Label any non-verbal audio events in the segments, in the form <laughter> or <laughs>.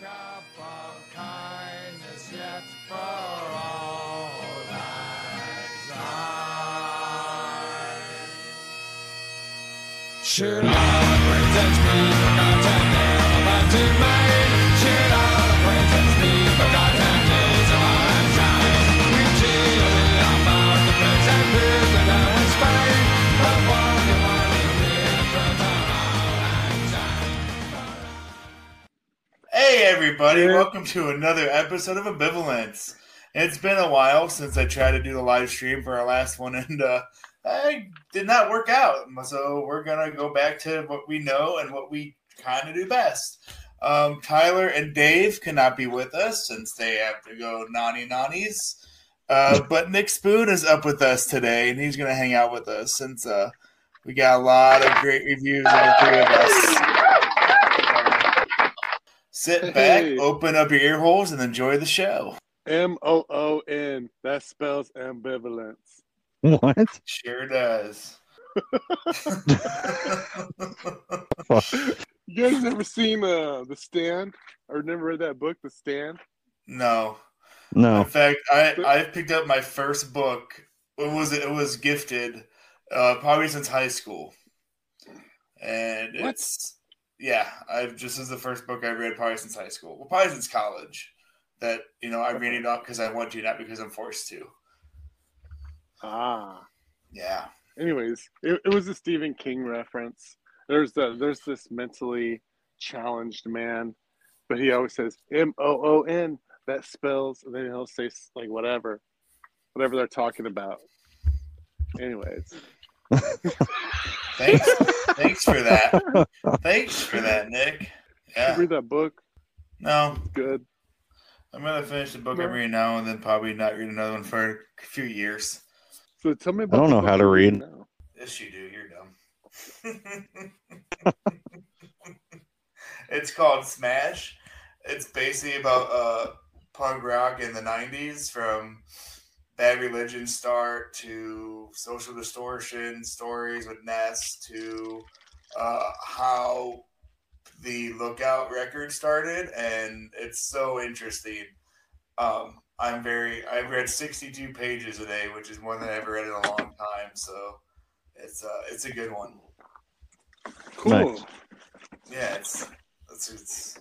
cup of kindness yet for all that's ours. Should all acquaintance be forgotten, never but to made? Should all acquaintance be forgotten, days of our time? We cheerily unbound the prince and proved that I was fine. But one to one is really the truth of all that's ours. Hey everybody, welcome to another episode of Ambivalence. It's been a while since I tried to do the live stream for our last one and uh I did not work out. So we're gonna go back to what we know and what we kinda do best. Um, Tyler and Dave cannot be with us since they have to go nanny nannies. Uh, but Nick Spoon is up with us today and he's gonna hang out with us since uh we got a lot of great reviews on the three of us. Sit back, Hey. open up your ear holes, and enjoy the show. M O O N. That spells ambivalence. <laughs> What? Sure does. <laughs> You guys never seen uh, The Stand? Or never read that book, The Stand? no. In No. fact, I I picked up my first book. It was it was gifted, uh, probably since high school. And What? it's yeah, I've just this is the first book I read probably since high school. Well, probably since college. That you know I read it off because I want to, not because I'm forced to. Ah. Yeah. Anyways, it, it was a Stephen King reference. There's the there's this mentally challenged man, but he always says M O O N. That spells, and then he'll say s- like whatever, whatever they're talking about. Anyways, Thanks. thanks for that. Thanks for that, Nick. Yeah. read that book. No, It's good. I'm gonna finish the book No. I'm reading now and then probably not read another one for a few years. So tell me. About don't the know book how to you're read. reading now. Yes, you do. You're dumb. <laughs> it's called Smash. It's basically about uh, punk rock in the '90s, from Bad Religion start to Social Distortion stories with Ness to uh, how the Lookout record started, and it's so interesting. Um, I'm very. I've read 62 pages today, which is more than I ever read in a long time. So it's uh, it's a good one. Cool. Nice. Yeah, it's it's it's,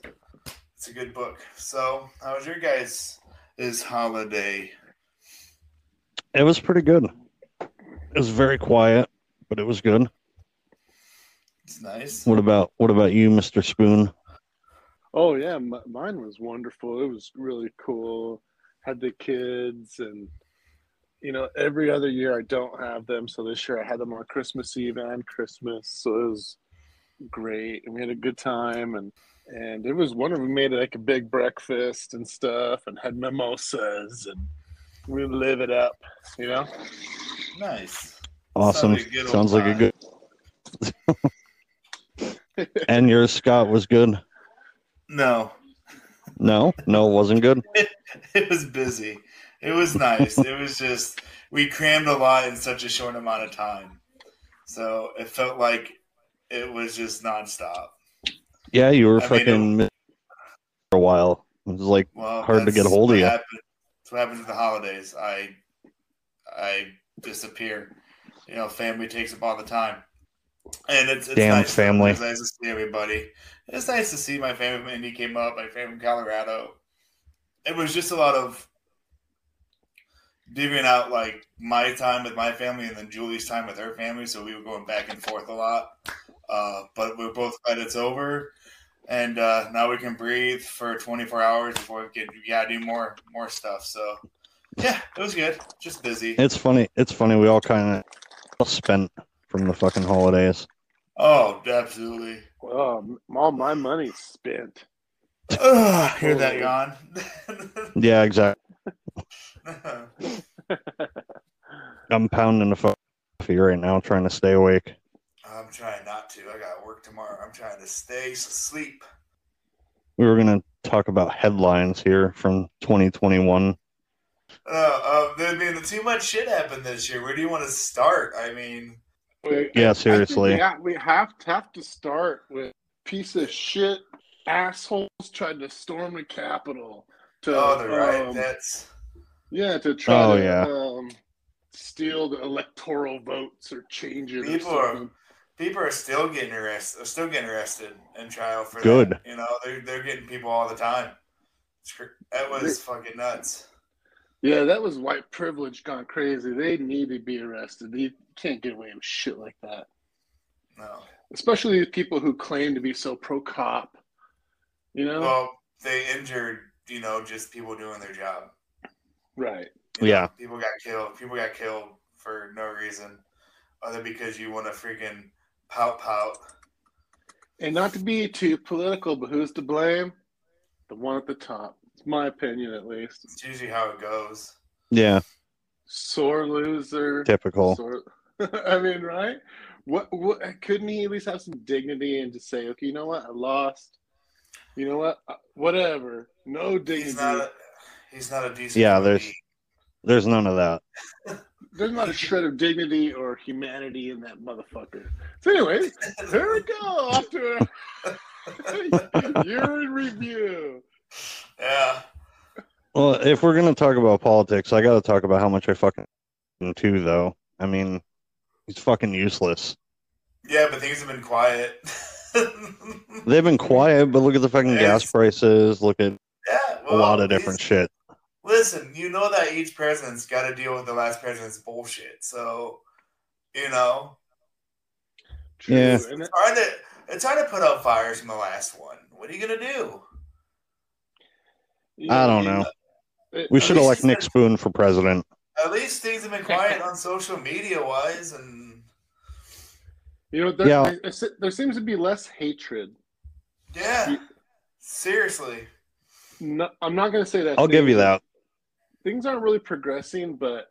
it's a good book. So, how was your guys' is holiday? It was pretty good. It was very quiet, but it was good. It's nice. What about what about you, Mr. Spoon? Oh yeah, m- mine was wonderful. It was really cool. Had the kids, and you know, every other year I don't have them, so this year I had them on Christmas Eve and Christmas, so it was great, and we had a good time, and and it was wonderful. We made like a big breakfast and stuff, and had mimosas, and we live it up, you know. Nice. Awesome. Sounds like a good old Sounds like a time. good. <laughs> and yours, Scott, was good. No, <laughs> No, no, it wasn't good. it was busy. It was nice. it was just we crammed a lot in such a short amount of time, so it felt like it was just nonstop. Yeah, you were I mean, fucking mi- for a while. It was like, Well, Hard to that's get a hold of what you. Happened, that's what happens at the holidays. I I disappear. You know, family takes up all the time, and it's, it's Damn nice, family. It's nice to see everybody. It's nice to see my family from Indy came up. My family from Colorado. It was just a lot of divvying out like my time with my family and then Julie's time with her family. So we were going back and forth a lot. Uh, but we're both glad it's over. And uh, now we can breathe for 24 hours before we get yeah do more more stuff. So yeah, it was good. Just busy. it's funny. It's funny. We all kind of spent from the fucking holidays. Oh, absolutely. Oh, m- all my money's spent. <laughs> Ugh, hear that Holy. yawn? Yeah, exactly. I'm pounding the fuck coffee right now, trying to stay awake. <laughs> I'm trying not to. I got to work tomorrow. I'm trying to stay asleep. we were going to talk about headlines here from 2021. Uh, uh, I mean, too much shit happened this year. Where do you want to start? I mean, Wait, Yeah, I think seriously. we ha- we have to have to start with piece of shit assholes tried to storm the Capitol to Oh, they're right. um, That's yeah to try Oh, to yeah. um, steal the electoral votes or change it. People or are- something. people are still getting arrested. Still getting arrested in trial for Good. That. You know, they're they're getting people all the time. It's cr- That was fucking nuts. Yeah, that was white privilege gone crazy. They need to be arrested. They can't get away with shit like that. No. Especially the people who claim to be so pro cop. You know? Well, they injured. You know, just people doing their job. right. You Yeah. know, people got killed. People got killed for no reason, other because you want to freaking pout pout. And not to be too political, but who's to blame? The one at the top. It's my opinion, at least. It's usually how it goes. Yeah, Sore loser. typical. Sore... <laughs> I mean, right? What, what? Couldn't he at least have some dignity and just say, okay, you know what? I lost. You know what? Uh, Whatever. No dignity. He's not. A, he's not a decent. Yeah, human there's- being. There's none of that. There's <laughs> not a shred of dignity or humanity in that motherfucker. So, anyways, here we go. Off <laughs> to a year in review. <laughs> Yeah. Well, if we're gonna talk about politics, I gotta talk about how much I fucking him too. Though I mean, he's fucking useless. Yeah, but things have been quiet. <laughs> yeah, They've been quiet, but look at the fucking gas Yes. prices. Look at a well, lot of these- different shit. Listen, you know that each president's got to deal with the last president's bullshit. So, you know, True. Yeah. And uh, it's hard to it's hard to put out fires from the last one. What are you gonna do? it- I don't know. It- We I should mean, elect Nick Spoon for president. At least things have been quiet on social media wise, and You know, there, Yeah. there- there, se- there seems to be less hatred. yeah, seriously, No, I'm not going to say that. I'll give you that. Things aren't really progressing, but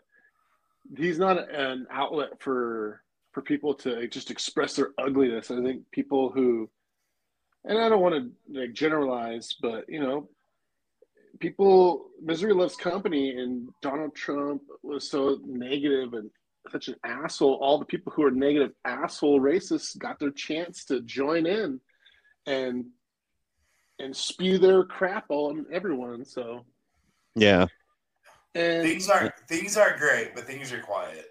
he's not an outlet for for people to just express their ugliness. I think people who, and I don't want to like generalize, but you know, people misery loves company, and Donald Trump was so negative and such an asshole. All the people who are negative asshole racists got their chance to join in and and spew their crap on everyone. So Yeah, and things aren't things aren't great, but things are quiet.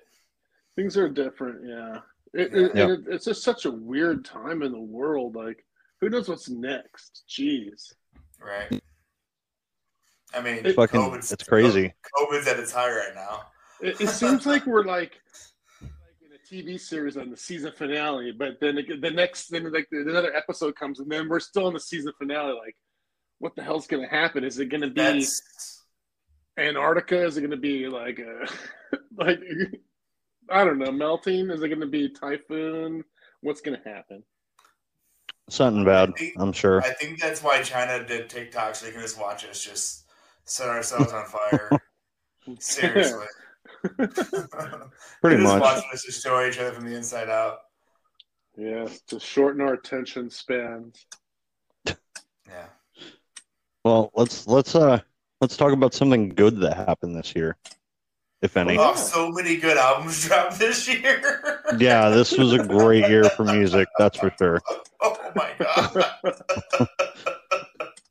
things are different yeah it, Yeah. it- and it- it's just such a weird time in the world like who knows what's next jeez Right. I mean, It- fucking, COVID's, it's crazy. COVID's at its high right now. it, it seems like we're like like in a tv series on the season finale but then it, the next then like another episode comes and then we're still in the season finale like what the hell's gonna happen is it gonna be That's antarctica is it gonna be like a, <laughs> like i don't know melting is it gonna be typhoon what's gonna happen Something bad, I'm sure. I think that's why China did TikTok so they can just watch us just set ourselves on <laughs> fire. Seriously. Pretty just much. watching us destroy each other from the inside out. Yes, to shorten our attention spans. Yeah. Well, let's let's uh let's talk about something good that happened this year, if any. Oh, so many good albums <laughs> dropped this year. <laughs> Yeah, this was a great year for music, that's for sure. oh my god.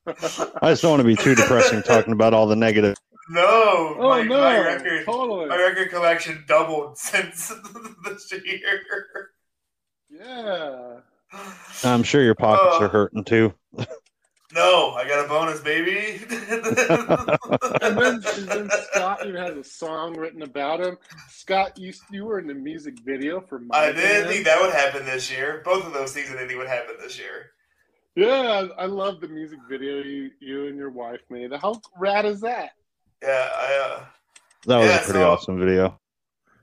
I just don't want to be too depressing talking about all the negative. No. Oh my, no! my record Totally. my record collection doubled <laughs> since this year. Yeah. I'm sure your pockets Oh. are hurting too. No, I got a <laughs> bonus, baby. <laughs> And then, and then Scott even has a song written about him. Scott, you you were in the music video for my. I didn't think Band. that would happen this year. Both of those things I didn't think would happen this year. Yeah, I I love the music video you you and your wife made. How rad is that? Yeah, I, uh, That was Yeah, a pretty so- awesome video.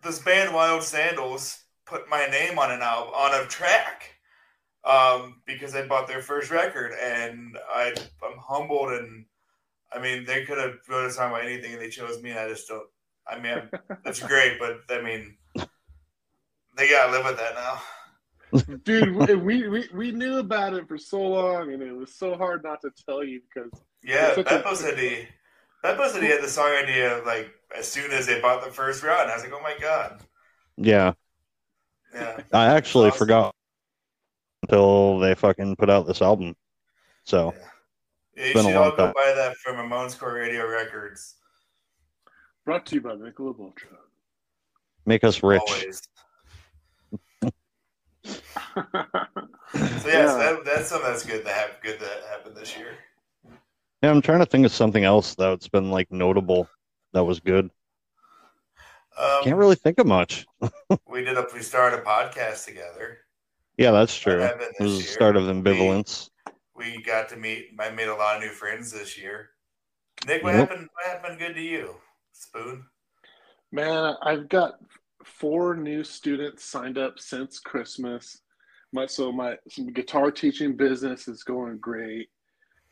this band Wild Sandals put my name on an album on a track um, because I bought their first record, and I I'm humbled and I mean they could have wrote a song about anything, and they chose me, and I just don't. I mean I'm- <laughs> that's great, but I mean they gotta live with that now. Dude, we, we, we, we knew about it for so long and it was so hard not to tell you because Yeah, It's okay. Beppo said he Beppo said he had the song idea like as soon as they bought the first round. I was like, oh my god, Yeah. yeah. I actually Awesome. forgot until they fucking put out this album. So You been a should long all go time. buy that from Ramones Core Radio Records. Brought to you by Michelob Ultra. make us rich. Always. <laughs> So yes, Yeah. that, that's something that's good to have. Good that happened this year. Yeah, I'm trying to think of something else that's been like notable that was good. Um, Can't really think of much. we did a we started a podcast together. Yeah, that's true. That It happened was this the year. start of ambivalence. We got to meet. I made a lot of new friends this year. Nick, what Yep. happened? What happened good to you? Spoon. Man, I've got four new students signed up since Christmas. My so my some guitar teaching business is going great,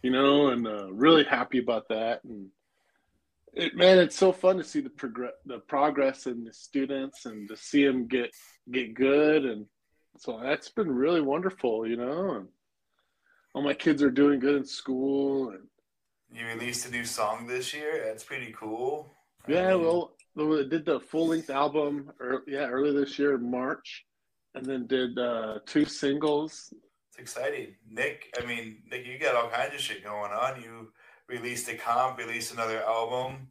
you know, and uh, really happy about that. And it, man, it's so fun to see the progress, the progress in the students, and to see them get get good. And so that's been really wonderful, you know. And all my kids are doing good in school, and You released a new song this year. That's pretty cool. I Yeah, mean, well, they did the full length album, ear yeah, earlier this year in March, and then did uh, two singles. it's exciting. Nick, I mean, Nick, you got all kinds of shit going on. You released a comp, released another album.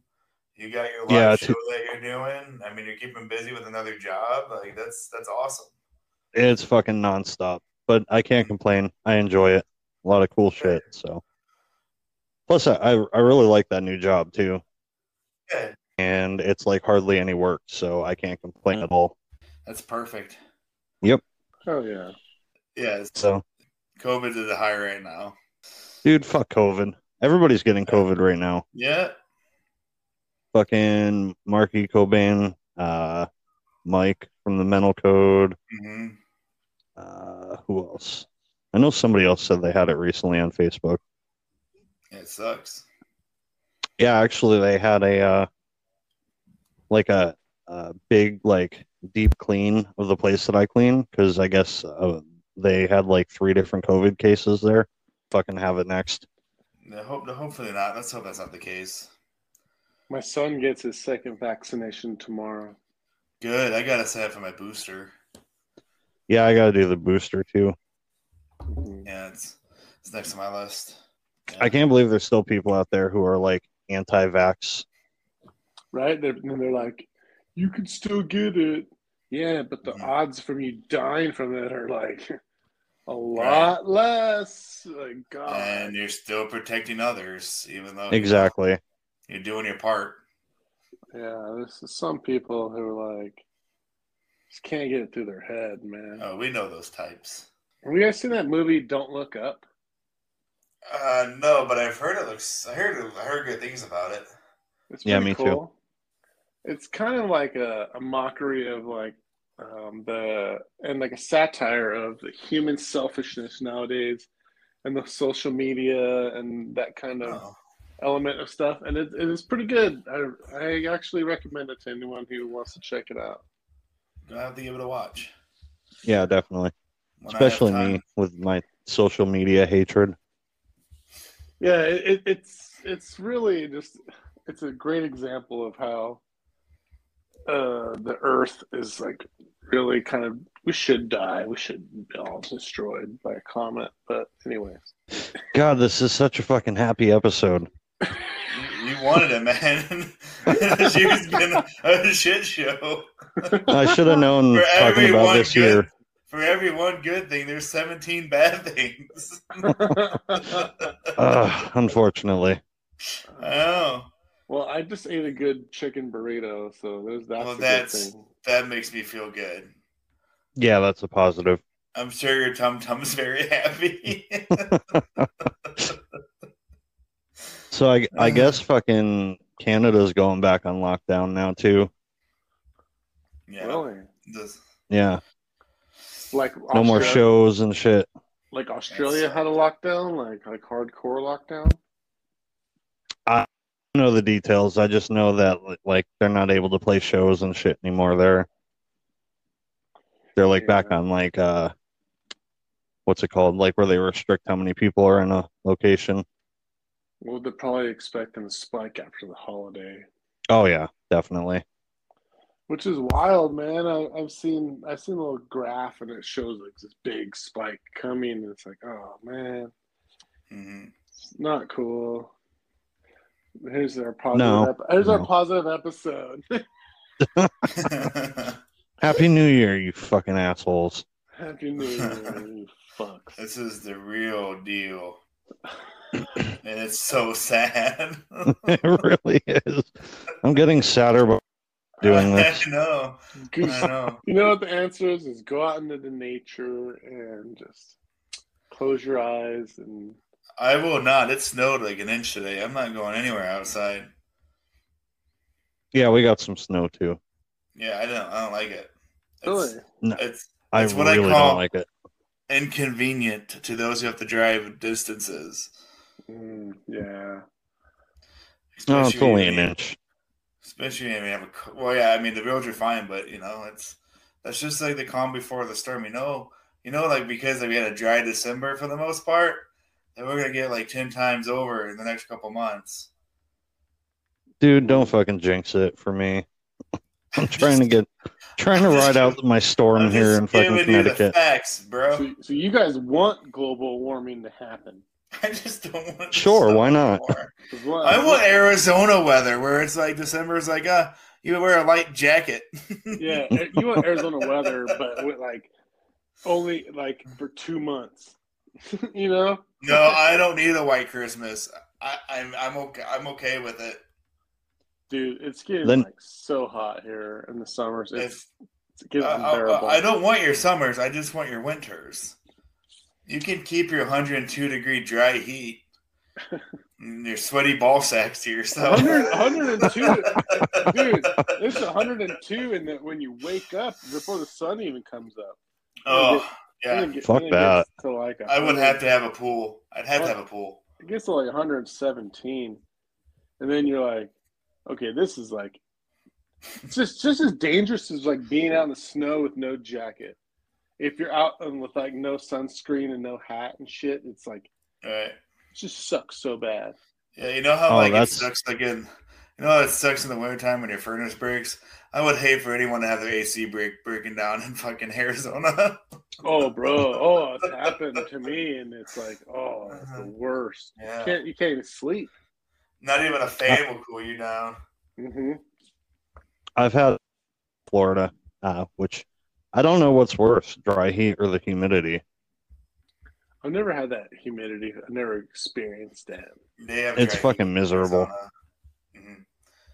You got your live Yeah, show two- that you're doing. I mean, you're keeping busy with another job. Like that's that's awesome. It's fucking nonstop, but I can't complain. I enjoy it. A lot of cool shit. So, plus, I I I really like that new job too, Yeah, and it's like hardly any work, so I can't complain at all. that's perfect. Oh yeah, Yes, So, COVID is high right now. dude, fuck COVID. Everybody's getting COVID right now. Yeah, Fucking Marky Cobain, uh, Mike from the Mental Code. hmm Uh, who else? I know somebody else said they had it recently on Facebook. it sucks. Yeah, actually, they had a uh, like a, a big like deep clean of the place that I clean because I guess uh, they had like three different COVID cases there. Fucking have it next. No, hope, no, hopefully not. Let's hope that's not the case. my son gets his second vaccination tomorrow. Good. I gotta sign up for my booster. Yeah, I gotta do the booster too. Mhm. Yeah, it's it's next on my list. I can't believe there's still people out there who are like anti-vax. Right? They're, and they're like, you can still get it. Yeah, but the Mhm. odds from you dying from it are like a lot less. Like God, And you're still protecting others, even though Exactly. you're doing your part. yeah. This is some people who are like just can't get it through their head, man. Oh, we know those types. Have you guys seen that movie Don't Look Up? Uh, no, but I've heard it looks. I heard I heard good things about it. It's Yeah, pretty me too. It's kind of like a, a mockery of like um, the and like a satire of the human selfishness nowadays and the social media and that kind of Oh, element of stuff. And it, it is pretty good. I, I actually recommend it to anyone who wants to check it out. gonna have to give it a watch. Yeah, definitely. When I have Especially time. me with my social media hatred. Yeah, it, it, it's it's really just it's a great example of how uh, the Earth is like really kind of we should die, we should be all destroyed by a comet. But anyways, God, this is such a fucking happy episode. You- You wanted it, man. <laughs> she was been a shit show. I should have <laughs> known For talking about everyone this good- year. For every one good thing, there's 17 bad things. <laughs> Ugh, unfortunately. oh, <laughs> well, I just ate a good chicken burrito, so there's that's Well, a that's- good thing. that makes me feel good. Yeah, that's a positive. I'm sure your tum tum's very happy. <laughs> So I, I guess fucking Canada's going back on lockdown now too. yeah. Really, this- Yeah, like no more Austra- shows and shit. Like Australia had a lockdown, like like hardcore lockdown. I don't know the details. I just know that like they're not able to play shows and shit anymore. They're they're like back Yeah. on like uh what's it called? Like where they restrict how many people are in a location. Well, they're probably expecting a spike after the holiday. Oh yeah, definitely. Which is wild, man. I, I've seen I've seen a little graph and it shows like this big spike coming. And it's like, oh man, hmm It's not cool. Here's our positive. No, ep- here's our no. positive episode. <laughs> mm-hmm. <laughs> Happy New Year, you fucking assholes. <laughs> Happy <laughs> New Year, you fucks. this is the real <laughs> deal. and it's so sad. it really is. I'm getting sadder by <laughs> doing this. <laughs> I know. I Goose. know. You know what the answer is? Is go out into the nature and just close your eyes and I will not. It snowed like an inch today. I'm not going anywhere outside. Yeah, we got some snow too. Yeah, I don't. I don't like it. It's, really. it's I That's what I really call- don't like it. inconvenient to those who have to drive distances. Mm, yeah. No, Oh, it's Especially only when an you- inch. Especially, I mean, have a, co- well, yeah, I mean, the roads are fine, but you know, it's that's just like the calm before the storm. You know, you know, like because we had a dry December for the most part, then we're gonna get like ten times over in the next couple months. Dude, don't fucking jinx it for me. <laughs> <laughs> I'm trying to get trying to I'm just- ride out my storm I'm here just in fucking giving you the Connecticut. facts, bro. So, so you guys want global warming to happen? <laughs> I just don't want. to Sure, stop why not? anymore. 'Cause what- I want Arizona weather where it's like December's like uh you wear a light jacket. Yeah, uh, you want Arizona weather, but with like only like for two months. <laughs> you know, <laughs> no, I don't need a white Christmas. I, I'm I'm okay I'm okay with it. dude, it's getting Then- like so hot here in the summers. It's, If it's getting I- I- unbearable. Uh, I don't want your summers, I just want your winters. You can keep your 102 degree dry <laughs> heat and your sweaty ball sacks to yourself. 100, 102, dude. It's 102, and that when you wake up before the sun even comes up. <laughs> Oh And yeah, it get- Fuck and it gets To like I would 100 have to have a pool. I'd have to have a pool. It gets to like 117, and then you're like, okay, this is like, it's just just as dangerous as like being out in the snow with no jacket. If you're out and with like no sunscreen and no hat and shit, it's like All right. it just sucks so bad. Yeah, you know how Oh, like that's- it sucks like in you know how it sucks in the wintertime when your furnace breaks? I would hate for anyone to have their AC break breaking down in fucking Arizona. <laughs> Oh, bro, oh, it's happened to me, and it's like, oh, it's the worst. You yeah. can't you can't even sleep. Not even a fan will cool you down. hmm I've had Florida, uh, which I don't know what's worse, dry heat or the humidity. I've never had that humidity. I've never experienced that. They have It's great fucking miserable. Arizona. Mhm.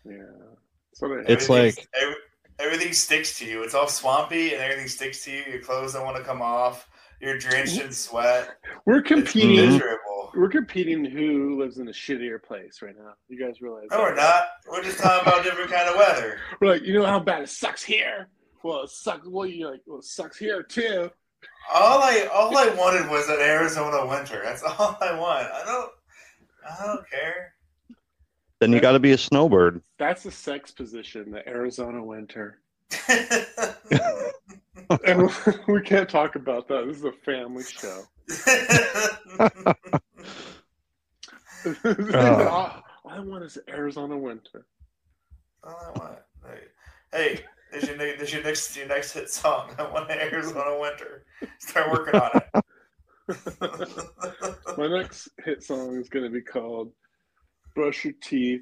Yeah, so they- Everything's- It's like- every- everything sticks to you. It's all swampy and everything sticks to you. Your clothes don't want to come off. You're drenched in sweat. we're It's competing. miserable. We're competing who lives in a shittier place right now. You guys realize? No, that, we're right? not. We're just talking about different kind of weather. We're like, you know how bad it sucks here. Well, it sucks. Well, you like, well, it sucks here too. All I all I wanted was an Arizona winter. That's <laughs> all I want. I don't I don't care. <laughs> Then you got to be a snowbird. That's the sex position, the Arizona winter. I And <laughs> we can't talk about that. This is a family show. <laughs> Oh. All I want is Arizona winter. want. Hey, this your ne- this your next your next hit song. <laughs> I want an Arizona winter. Start working on it. <laughs> My next hit song is going to be called "Brush Your Teeth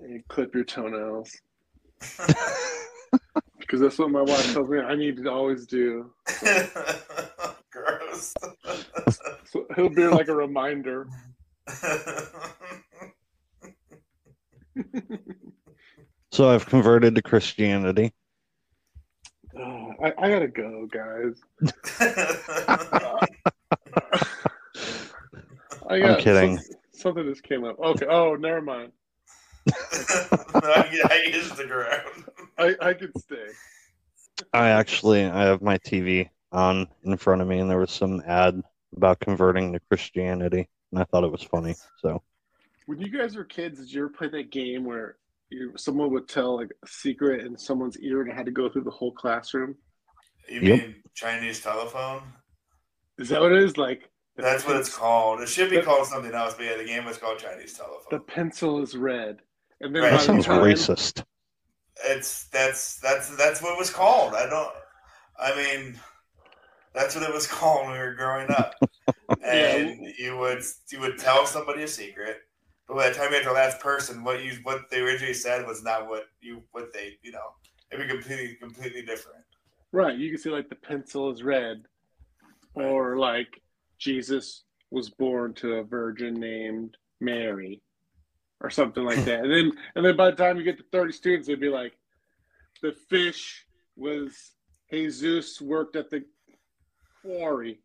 and Clip Your Toenails" <laughs> because that's what my wife tells me I need to always do. Gross. So it'll be like a reminder. So I've converted to Christianity. Oh, I, I gotta go, guys. I got kidding. Something, something just came up. Okay. Oh, never mind. I, I use the ground. I, I could stay. I actually I have my TV on in front of me, and there was some ad about converting to Christianity, and I thought it was funny. So When you guys were kids, did you ever play that game where you, someone would tell like a secret in someone's ear and it had to go through the whole classroom? You Yep. mean Chinese telephone? Is that what it is? Like the That's what it's pen- called. It should be That- called something else, but yeah, the game was called Chinese The telephone. pencil is red, and then Right. by that the sounds time- racist. It's that's that's that's what it was called. <laughs> <laughs> I don't. I mean, that's what it was called when we were growing up. and and you would you would tell somebody a secret. But by the time you had the last person, what you what they originally said was not what you what they you know it'd be completely completely different. <laughs> Right. You can see like the pencil is red, or like Jesus was born to a virgin named Mary, or something like that. And then and then by the time you get to thirty students, it'd be like the fish was Jesus worked at the quarry.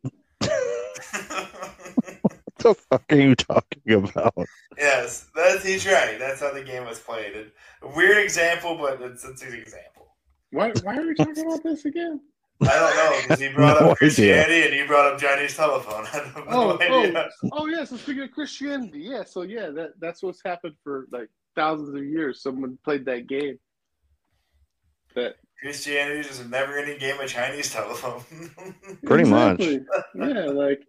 What <laughs> the fuck are you talking about? yes, that's he's right. That's how the game was played. And a weird example, but it's, it's an example. Why why are we talking about this <laughs> again? I don't know because he brought <laughs> No up idea. Christianity and he brought up Johnny's telephone. <laughs> I have no Oh, oh. idea. Oh yeah, so speaking of Christianity, yeah, so yeah, that that's what's happened for like thousands of years. Someone played that game. That Christianity is a never-ending game of Chinese telephone. <laughs> Pretty much. much. <laughs> Yeah, like,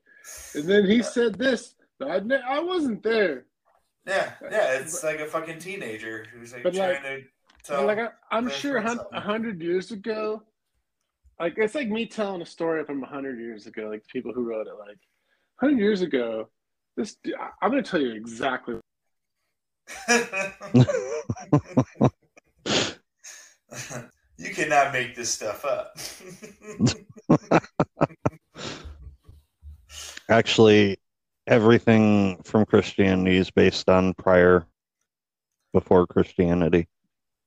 and then he said this. but I ne- I wasn't there, yeah, yeah, it's like a fucking teenager who's like But, trying like- to But, tell. like I, I'm that's sure a hun- something. a hundred years ago, like it's like me telling a story from a hundred years ago. Like the people who wrote it, like hundred years ago, this d- I- I'm gonna tell you exactly. <laughs> you cannot make this stuff up. <laughs> Actually, everything from Christianity is based on prior, before Christianity.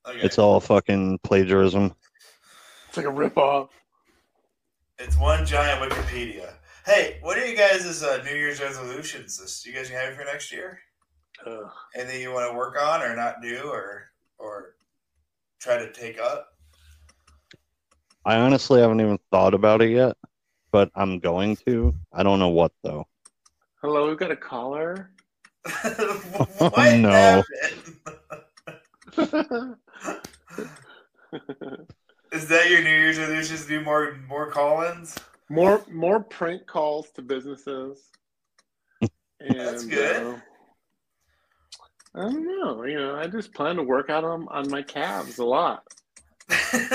okay. It's all fucking plagiarism. It's like a rip off. It's one giant Wikipedia. Hey, what are you guys' uh, New Year's resolutions? This you guys have for next year? Ugh. Anything you want to work on or not do or or try to take up? <laughs> I honestly haven't even thought about it yet, but I'm going to. I don't know what though. Hello, we've got a caller. <laughs> what <laughs> no. happened? That's Is that your New Year's resolutions? Do more more call-ins? <laughs> More more prank calls to businesses. And, That's good. uh, I don't know. You know, I just plan to work out on on my calves a lot. You <laughs>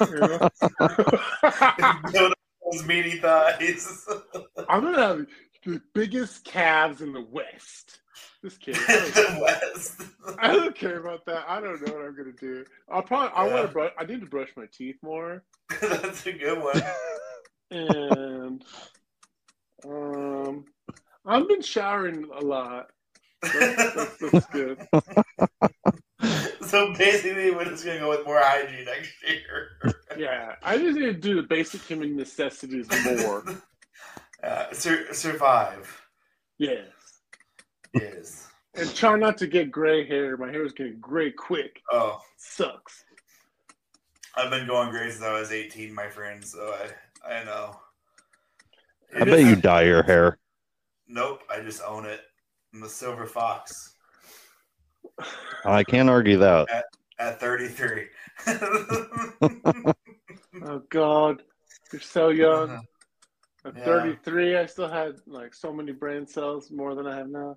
know? <laughs> Build up those meaty thighs. <laughs> I'm gonna have the biggest calves in the West. Just kidding. I don't, <laughs> the West. I don't care about that. I don't know what I'm gonna do. I'll probably. I want Yeah. to brush. I need to brush my teeth more. That's a good one. <laughs> And um, I've been showering a lot. That's, that's, that's good. so basically, we're just gonna go with more hygiene next year. Yeah, I just need to do the basic human necessities <laughs> more. Uh, sur- survive. yes. Yes. And try not to get gray hair. My hair is getting gray quick. Oh, Sucks. <laughs> I've been going gray since I was 18, my friend. So I, I know. I bet you dye your hair. Nope, I just own it. I'm a silver fox Oh, I can't argue that. at <laughs> 33. Oh God, you're so young. At Yeah. 33, I still had like so many brain cells more than I have now.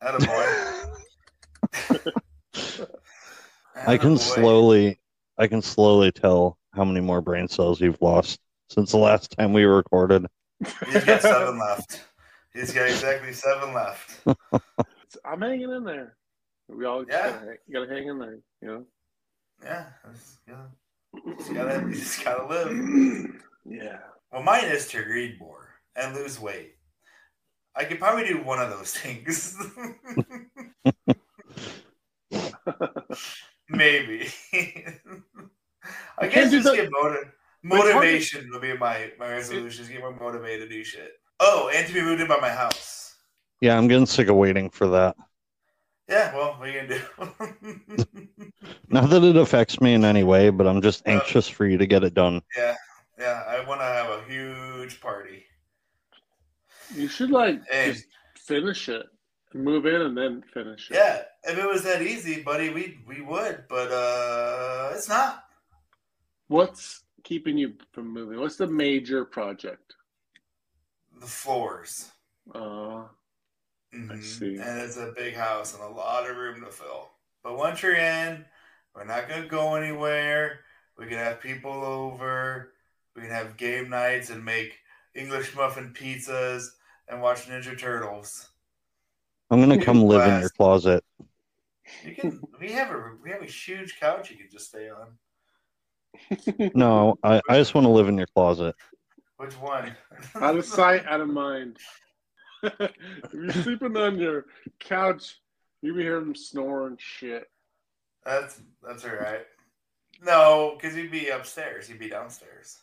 Atta boy. <laughs> I can Atta boy. slowly, I can slowly tell how many more brain cells you've lost since the last time we recorded. He's got seven left. He's got exactly seven left. So I'm hanging in there. We all just Yeah. gotta, hang- you gotta hang in there. You know. Yeah, it's- yeah. Just gotta, you just gotta live. <clears throat> Yeah. Well, mine is to read more and lose weight. I could probably do one of those <laughs> things. Maybe. I guess do just the- get motivated. hard to- Motivation will be my, my resolution. Just get more motivated to do shit. Oh, and to be moved in by my house. Yeah, I'm getting sick of waiting for that. Yeah, well, what are you gonna do? <laughs> Not that it affects me in any way, but I'm just anxious for you to get it done. yeah, I want to have a huge party. You should like Hey. just finish it, move in, and then finish it. Yeah, if it was that easy, buddy, we we would. But uh, it's not. What's keeping you from moving? What's the major project? the floors. Uh, Mhm. see. And it's a big house and a lot of room to fill. But once you're in, we're not going to go anywhere. We can have people over. We can have game nights and make English muffin pizzas and watch Ninja Turtles. I'm gonna come live in your Blast. closet. You <laughs> can. we have a we have a huge couch you can just stay on. No, I, I just want to live in your closet. Which one? out of sight, out of mind. <laughs> if you're sleeping on your couch, you be hearing him snoring shit. <laughs> That's that's all right. No, because he'd be upstairs. He'd be downstairs.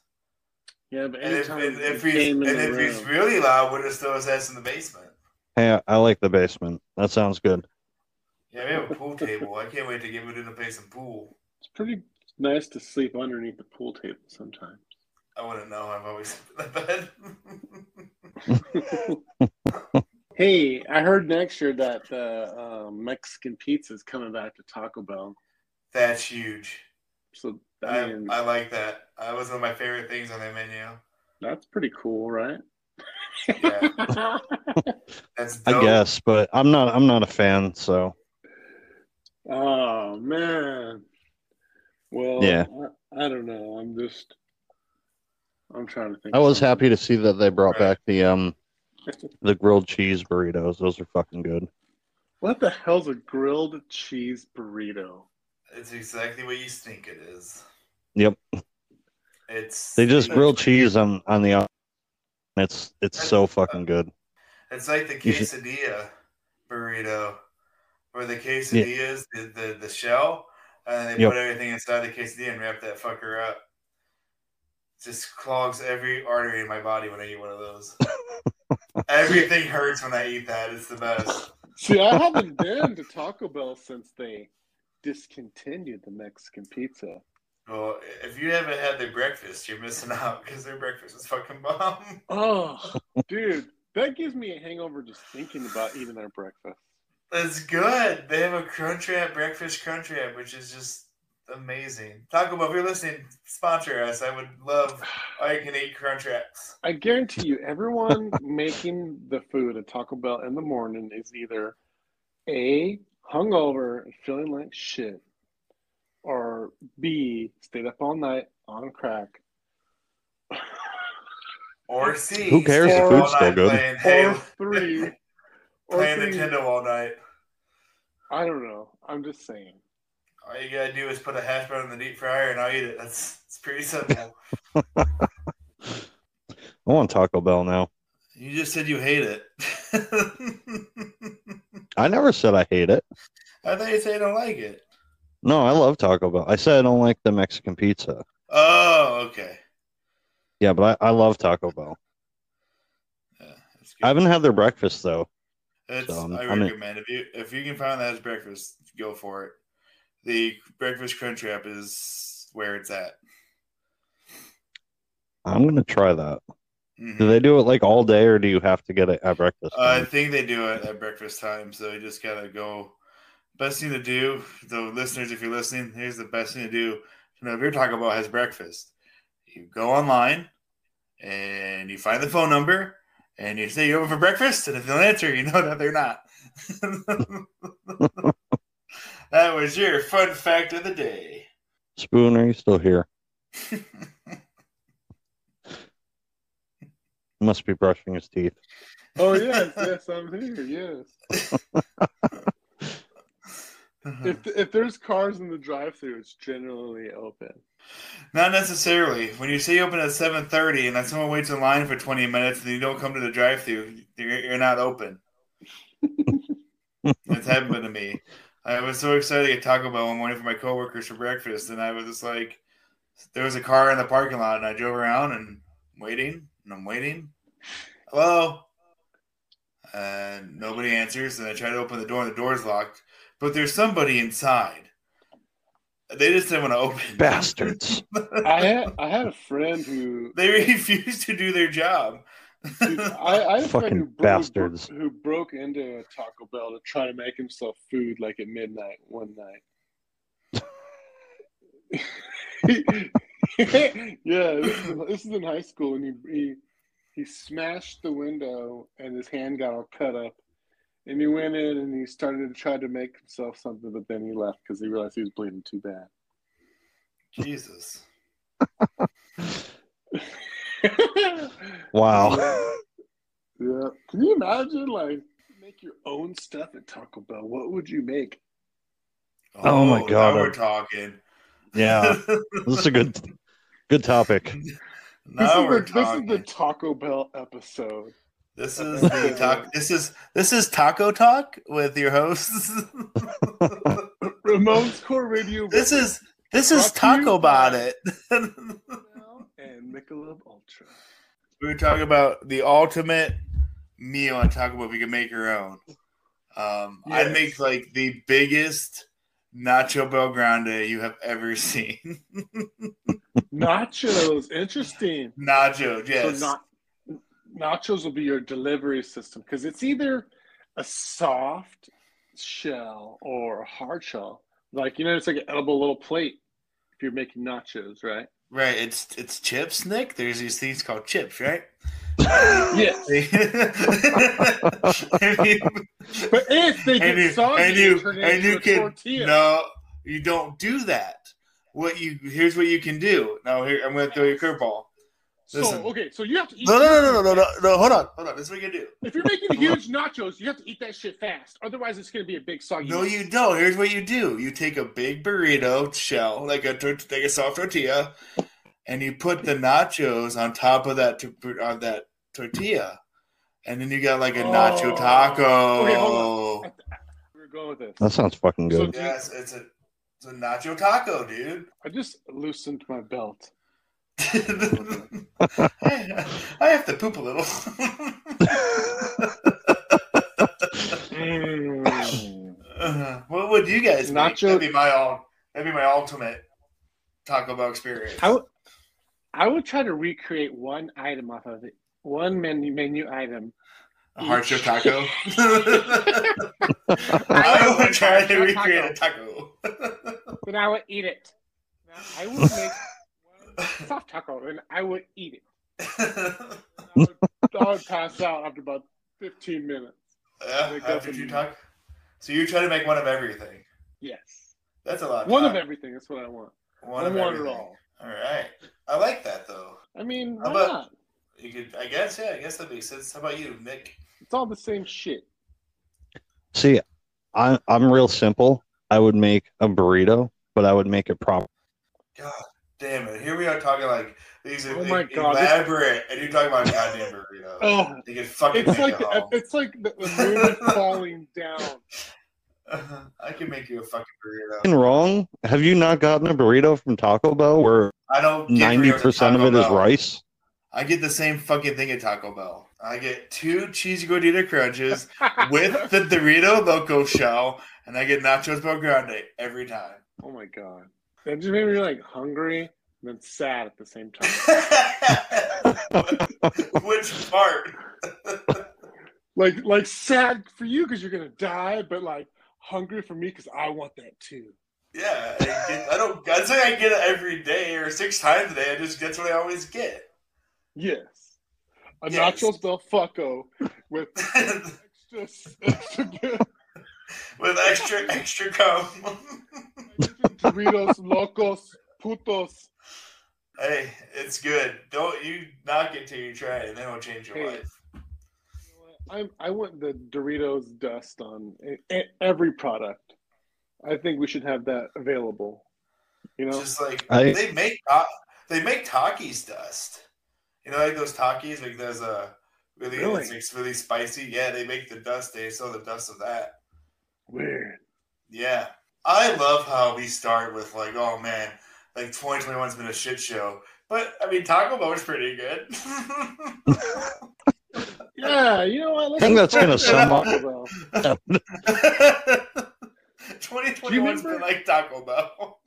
Yeah, but And if, anytime and if he he's came and in the if he's room, really loud, we'll just throw his ass in the basement. Hey, I, I like the basement. That sounds good. Yeah, we have <laughs> a pool table. I can't wait to get it in to play some pool. it's pretty nice to sleep underneath the pool table sometimes. <laughs> I wouldn't know. I've always <laughs> slept in the bed. <laughs> Hey, I heard next year that the uh, Mexican pizza is coming back to Taco Bell. That's huge. So I I, mean, I like that. That was one of my favorite things on that menu. that's pretty cool, right? Yeah, <laughs> that's dope. I guess, but I'm not I'm not a fan, so oh man. Well, Yeah. I, I don't know. I'm just, I'm trying to think. I of was something. happy to see that they brought Right. back the um the grilled cheese burritos. Those are fucking good. <laughs> What the hell's a grilled cheese burrito? It's exactly what you think it is. Yep. It's They just grilled. grilled cheese on on the out- it's it's so fucking good. It's like the You should- quesadilla burrito, where the quesadilla is the, the, the shell, and they Yep. put everything inside the quesadilla and wrap that fucker up. Just clogs every artery in my body when I eat one of those. <laughs> everything hurts when I eat that. It's the best. See, <laughs> I haven't been to Taco Bell since they discontinued the Mexican pizza. Well, if you haven't had their breakfast, you're missing out because their breakfast is fucking bomb. Oh, <laughs> dude, that gives me a hangover just thinking about eating their breakfast. That's good. They have a crunch wrap breakfast crunch wrap, which is just amazing. Taco Bell, if you're listening, sponsor us. I would love I can eat crunch wraps. I guarantee you, everyone making the food at Taco Bell in the morning is either A, hungover and feeling like shit, or B, stayed up all night on crack. Or C. Who cares? stay The up food's all still night good. Or Playing, hey, three. Or playing three. Nintendo all night. I don't know. I'm just saying. All you gotta do is put a hash brown in the deep fryer and I'll eat it. That's it's pretty simple. I want Taco Bell now. you just said you hate it. I never said I hate it. <laughs> I thought you said you don't like it. No, I love Taco Bell. I said I don't like the Mexican pizza. Oh, okay. Yeah, but I, I love Taco Bell. Yeah, that's good. I haven't had their breakfast though. It's, So, I'm- I I'm in. recommend if you if you can find that as breakfast, go for it. The breakfast crunch wrap is where it's at. I'm gonna try that. Mhm. Do they do it like all day, or do you have to get it at breakfast? I think they do it at breakfast time, so you just gotta go. Best thing to do, the listeners, if you're listening, here's the best thing to do. You know, if you're talking about has breakfast, you go online and you find the phone number and you say you're over for breakfast, and if they'll answer, you know <laughs> that they're not. that was your fun fact of the day. Spoon, are you still here? Must be brushing his teeth. Oh, yes, yes, I'm here. Yes. Mm-hmm. If, if there's cars in the drive through, it's generally <laughs> open. Not necessarily. When you say you open at seven thirty and then someone waits in line for twenty minutes and you don't come to the drive-through, you're, you're not open. That's happened to me. I was so excited to talk about one morning for my coworkers for breakfast, and I was just like, there was a car in the parking lot, and I drove around and waiting, and I'm waiting. Hello, and nobody answers. And I try to open the door, and the door's locked, but there's somebody inside. They just didn't want to open. Bastards. I had, I had a friend who They <laughs> refuse to do their job. Dude, I, I had a friend Fucking who, bro- bastards. Who, bro- who broke into a Taco Bell to try to make himself food like at midnight one night. <laughs> yeah, this is, this is in high school, and he, he he smashed the window, and his hand got all cut up. And he went in and he started to try to make himself something, but then he left because he realized he was bleeding too bad. Jesus. <laughs> Wow. Yeah. Can you imagine like make your own stuff at Taco Bell? What would you make? Oh my Now God. we're talking. Yeah, this is a good, good topic. <laughs> now we're this, is the, this is talking. the Taco Bell episode. This is the <laughs> talk. This is this is Taco Talk with your hosts. <laughs> Ramon's Core Radio this is this is Brought to you Taco Bot it. <laughs> and Michelob Ultra. we were talking about the ultimate meal at Taco Bell. If you could make your own, um, I'd Yes. make like the biggest nacho bel grande you have ever <laughs> seen. Nachos, interesting. Nacho, yes. So not, nachos will be your delivery system because it's either a soft shell or a hard shell. Like you know, it's like an edible little plate if you're making nachos, right? Right, it's it's chips, Nick. There's these things called chips, <laughs> right? <laughs> Yes. And you- But if they get And you- soggy, and you- they turn it and into you a can- tortilla. no, you don't do that. What you here's what you can do. Now here I'm going to throw you a curveball. listen. so okay, so you have to eat. No, no, no, no, no, no, no, no. Hold on, hold on. This is what you can do. If you're making huge nachos, you have to eat that shit fast. Otherwise, it's gonna be a big soggy. No, mess. you don't. Here's what you do. You take a big burrito shell, like a tor- like a soft tortilla, and you put the nachos on top of that to- on that tortilla, and then you got like a Oh. nacho taco. Okay, hold We're going with this. That sounds fucking So <laughs> good. do you- Yes, it's a it's a nacho taco, dude. <laughs> I just loosened my belt. I, I have to poop a little. <laughs> Mm. what would you guys make? Nacho- That'd be my all. That'd be my ultimate Taco Bell experience. I would, <laughs> I would try to recreate one item off of it, one menu menu item. A hard shell taco. <laughs> <laughs> I would try to recreate a taco. <laughs> Then I would eat it. I would make <laughs> one soft taco, and I would eat it. I would, I would pass out after about fifteen minutes. Yeah, after two taco. So you try to make one of everything. Yes, That's a lot. one of taco. everything. That's what I want. One I of want everything. it all. All right. I like that though. I mean, How why about- not? You could, I guess, yeah, I guess that makes sense. How about you, Nick? It's all the same shit. See, I'm I'm real simple. I would make a burrito, but I would make it proper. Damn it! Here we are talking like these Oh are my e- God, this- elaborate, and you're talking about goddamn burrito. <laughs> Oh, You could fucking it's make like a home. it's like the, the moon falling down. <laughs> I can make you a fucking burrito. Fucking Wrong? Have you not gotten a burrito from Taco Bell where I don't. get ninety burritos at percent of Taco it is Bell. rice? I get the same fucking thing at Taco Bell. I get two cheesy gordita crunches with the Dorito Loco shell, and I get nachos bel grande every time. <laughs> <laughs> Oh my god. That just made me like hungry and then sad at the same time. <laughs> Which part? like like sad for you because you're gonna die, but like hungry for me because I want that too. Yeah, I, get, I don't. I'd say I get it every day or six times a day. I just that's what I always get. <laughs> Yes. A Yes. nachos del fucco <laughs> with with extra, extra, <laughs> extra extra cum. <laughs> Doritos locos putos. hey, it's good. Don't you knock it till you try it, and then it'll change your Hey. life. I'm, I want the Doritos dust on e- e- every product. I think we should have that available. You know, Just like I- they make ta- they make Takis dust. You know, like those Takis, like there's a really, Really? it's like really spicy. Yeah, they make the dust. They sell the dust of that. weird. Yeah. I love how we start with like, oh man, like 2021's been a shit show. But I mean Taco Bell was <laughs> pretty good. <laughs> Yeah, you know what? Let's I think that's gonna sum up- Taco Bell. 2021's been remember- like Taco Bell.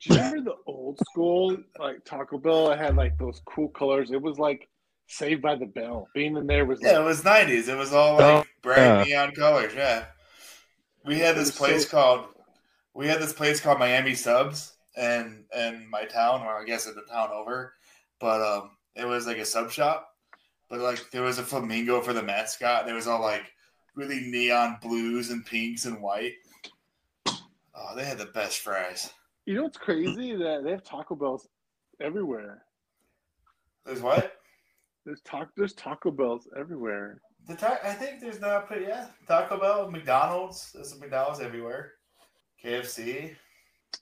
Do you remember the old school like Taco Bell? It had like those cool colors. It was like Saved by the Bell. Being in there was like Yeah, it was 90s. It was all Oh, like bright neon colors. Yeah. We had this It was so- place called we had this place called Miami Subs and in my town, or I guess in the town over. But um it was like a sub shop. But like there was a flamingo for the mascot and it was all like really neon blues and pinks and white. Oh, they had the best fries. you know what's crazy that they have Taco Bells everywhere. There's what? There's taco there's Taco Bells everywhere. The ta- I think there's not, but yeah, Taco Bell, McDonald's. There's a McDonald's everywhere. KFC.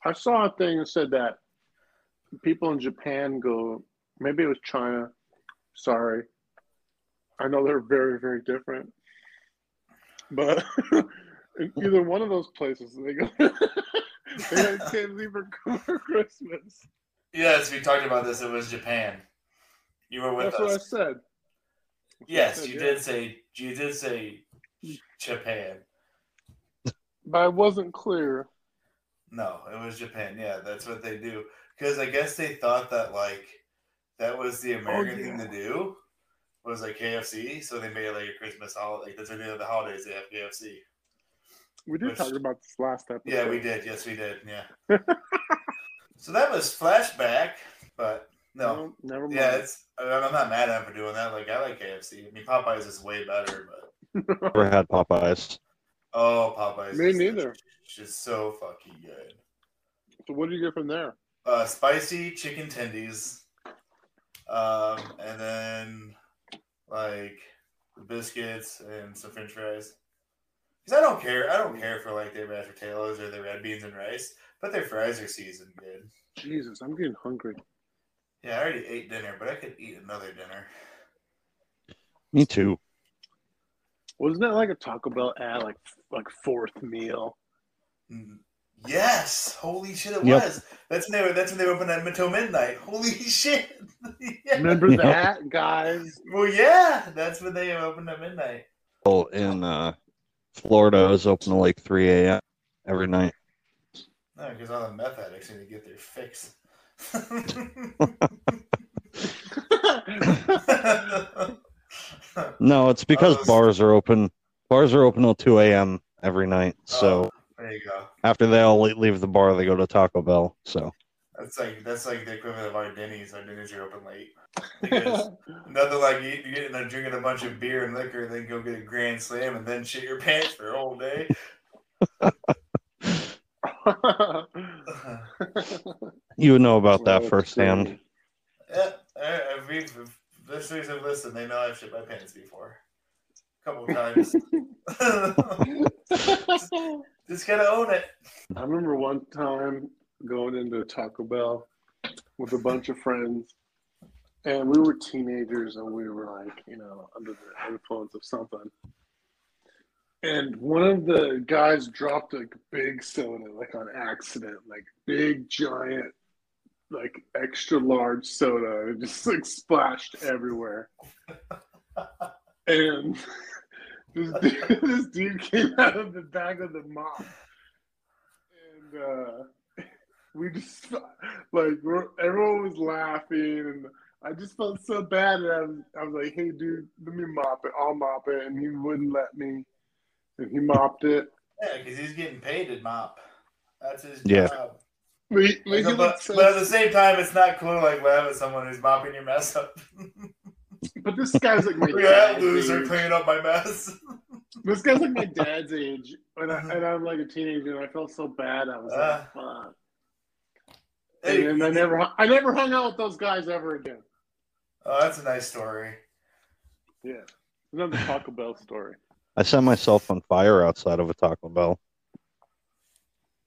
I saw a thing that said that people in Japan go, maybe it was China. Sorry. I know they're very, very different. But <laughs> in either one of those places, they go, <laughs> they had candy for <laughs> for Christmas. Yes, we talked about this. It was Japan. You were with That's us. what I said. Yes, said, you yeah. did say you did say Japan. But I wasn't clear. No, it was Japan. Yeah, that's what they do. Because I guess they thought that like that was the American Oh, yeah. thing to do was like KFC. So they made it like a Christmas holiday. Like that's what they do at the holidays. They have KFC. We did Which- talk about this last episode. Yeah, we did. Yes, we did. <laughs> Yeah. so that was flashback, but no. No, never mind. Yeah, it's. I mean, I'm not mad at him for doing that. Like I like KFC. I mean, Popeyes is way better, but Never had Popeyes. oh, Popeyes. Me is neither. Just so fucking good. So what do you get from there? uh, spicy chicken tendies, um, and then like biscuits and some French fries. Cause I don't care. I don't care for like their mashed potatoes or their red beans and rice, but their fries are seasoned good. Jesus, I'm getting hungry. Yeah, I already ate dinner, but I could eat another dinner. Me too. Wasn't that like a Taco Bell ad, like like fourth meal? Mm, Yes, holy shit, it Yep. was. That's when they were. That's when they were open at until midnight. Holy <laughs> shit. yeah. Remember Yeah. that, <laughs> guys? Well, yeah, that's when they opened at midnight. Well, in uh, Florida, it was open to like 3 a.m. every night. No, because all the meth addicts need to get their fix. <laughs> No, it's because those- bars are open. Bars are open till 2 a.m. every night. Oh, So there you go. after they all le- leave the bar, they go to Taco Bell. So That's like that's like the equivalent of our Denny's. Our Denny's are open late. Because nothing like you you getting there drinking a bunch of beer and liquor, then go get a grand slam and then shit your pants for a whole day. <laughs> you would know about Well, that it's firsthand. <laughs> great. yeah, I, I, we've, if listeners have listened. They know I've shit my pants before, a couple times. <laughs> Just gotta own it. I remember one time going into a Taco Bell with a bunch of friends, and we were teenagers and we were like, you know, under the influence of something. And one of the guys dropped a big soda, like on accident, like big, giant, like extra large soda, <laughs> and it just like splashed everywhere. And <laughs> this dude, <laughs> this dude came out of the back of the mop and uh, <laughs> we just <laughs> like we're, everyone was laughing, and I just felt so bad, and I was, I was like, "Hey, dude, let me mop it. I'll mop it," and he wouldn't let me, and he mopped it. Yeah, because he's getting paid to mop. That's his Yeah. job. But, he- but he But, looked but, so- at the same time, it's not cool like having someone who's mopping your mess up. <laughs> but this guy's like my Look at that dad's loser age. cleaning up my mess. This guy's like my dad's age, and, I, and I'm like a teenager, and I felt so bad. I was Uh-huh. Uh, like, "Fuck." <laughs> And then I never, hung- I never hung out with those guys ever again. Oh, that's a nice story. Yeah, another Taco Bell story. I set myself on fire outside of a Taco Bell. <laughs>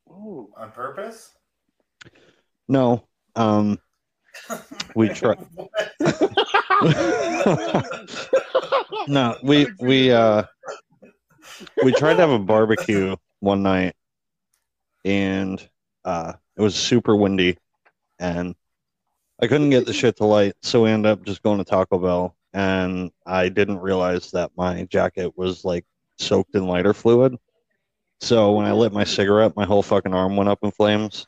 Oh, <laughs> On purpose? No, um, <laughs> we try. <laughs> What? no, we we uh we tried to have a barbecue one night and uh it was super windy and I couldn't get the shit to light, so we ended up just going to Taco Bell and I didn't realize that my jacket was like soaked in lighter fluid. So when I lit my cigarette, my whole fucking arm went up in flames.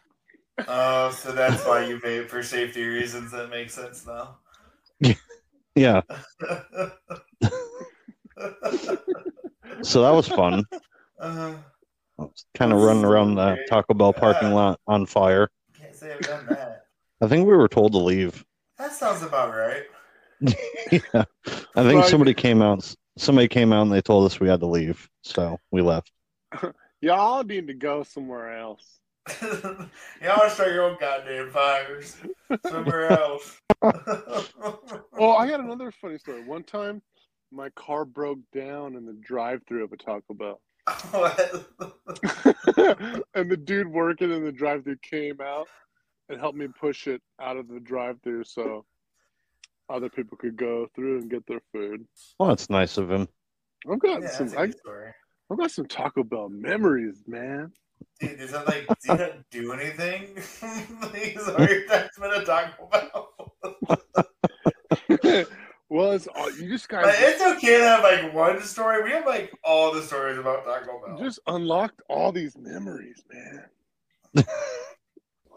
Oh, so that's why you vape for safety reasons. That makes sense now. <laughs> <laughs> Yeah, so that was fun. uh, I was kind of running around the Taco Bell parking lot on fire. can't say I've done that. I think we were told to leave. That sounds about right. yeah. I think Right. somebody came out. Somebody came out and they told us we had to leave, so we left. y'all need to go somewhere else. Y'all start your own goddamn fires <laughs> somewhere else. <laughs> Oh, I got another funny story. One time, my car broke down in the drive-through of a Taco Bell. <laughs> and the dude working in the drive-through came out and helped me push it out of the drive-through so other people could go through and get their food. Well, that's nice of him. I've got yeah, some. that's a I, good story. I've got some Taco Bell memories, man. <laughs> Dude, does that like do you not do anything? <laughs> He's already texting a Taco Bell. well, it's all, you just But guys it's okay to have like one story. We have like all the stories about Taco Bell. just unlocked all these memories, man. <laughs>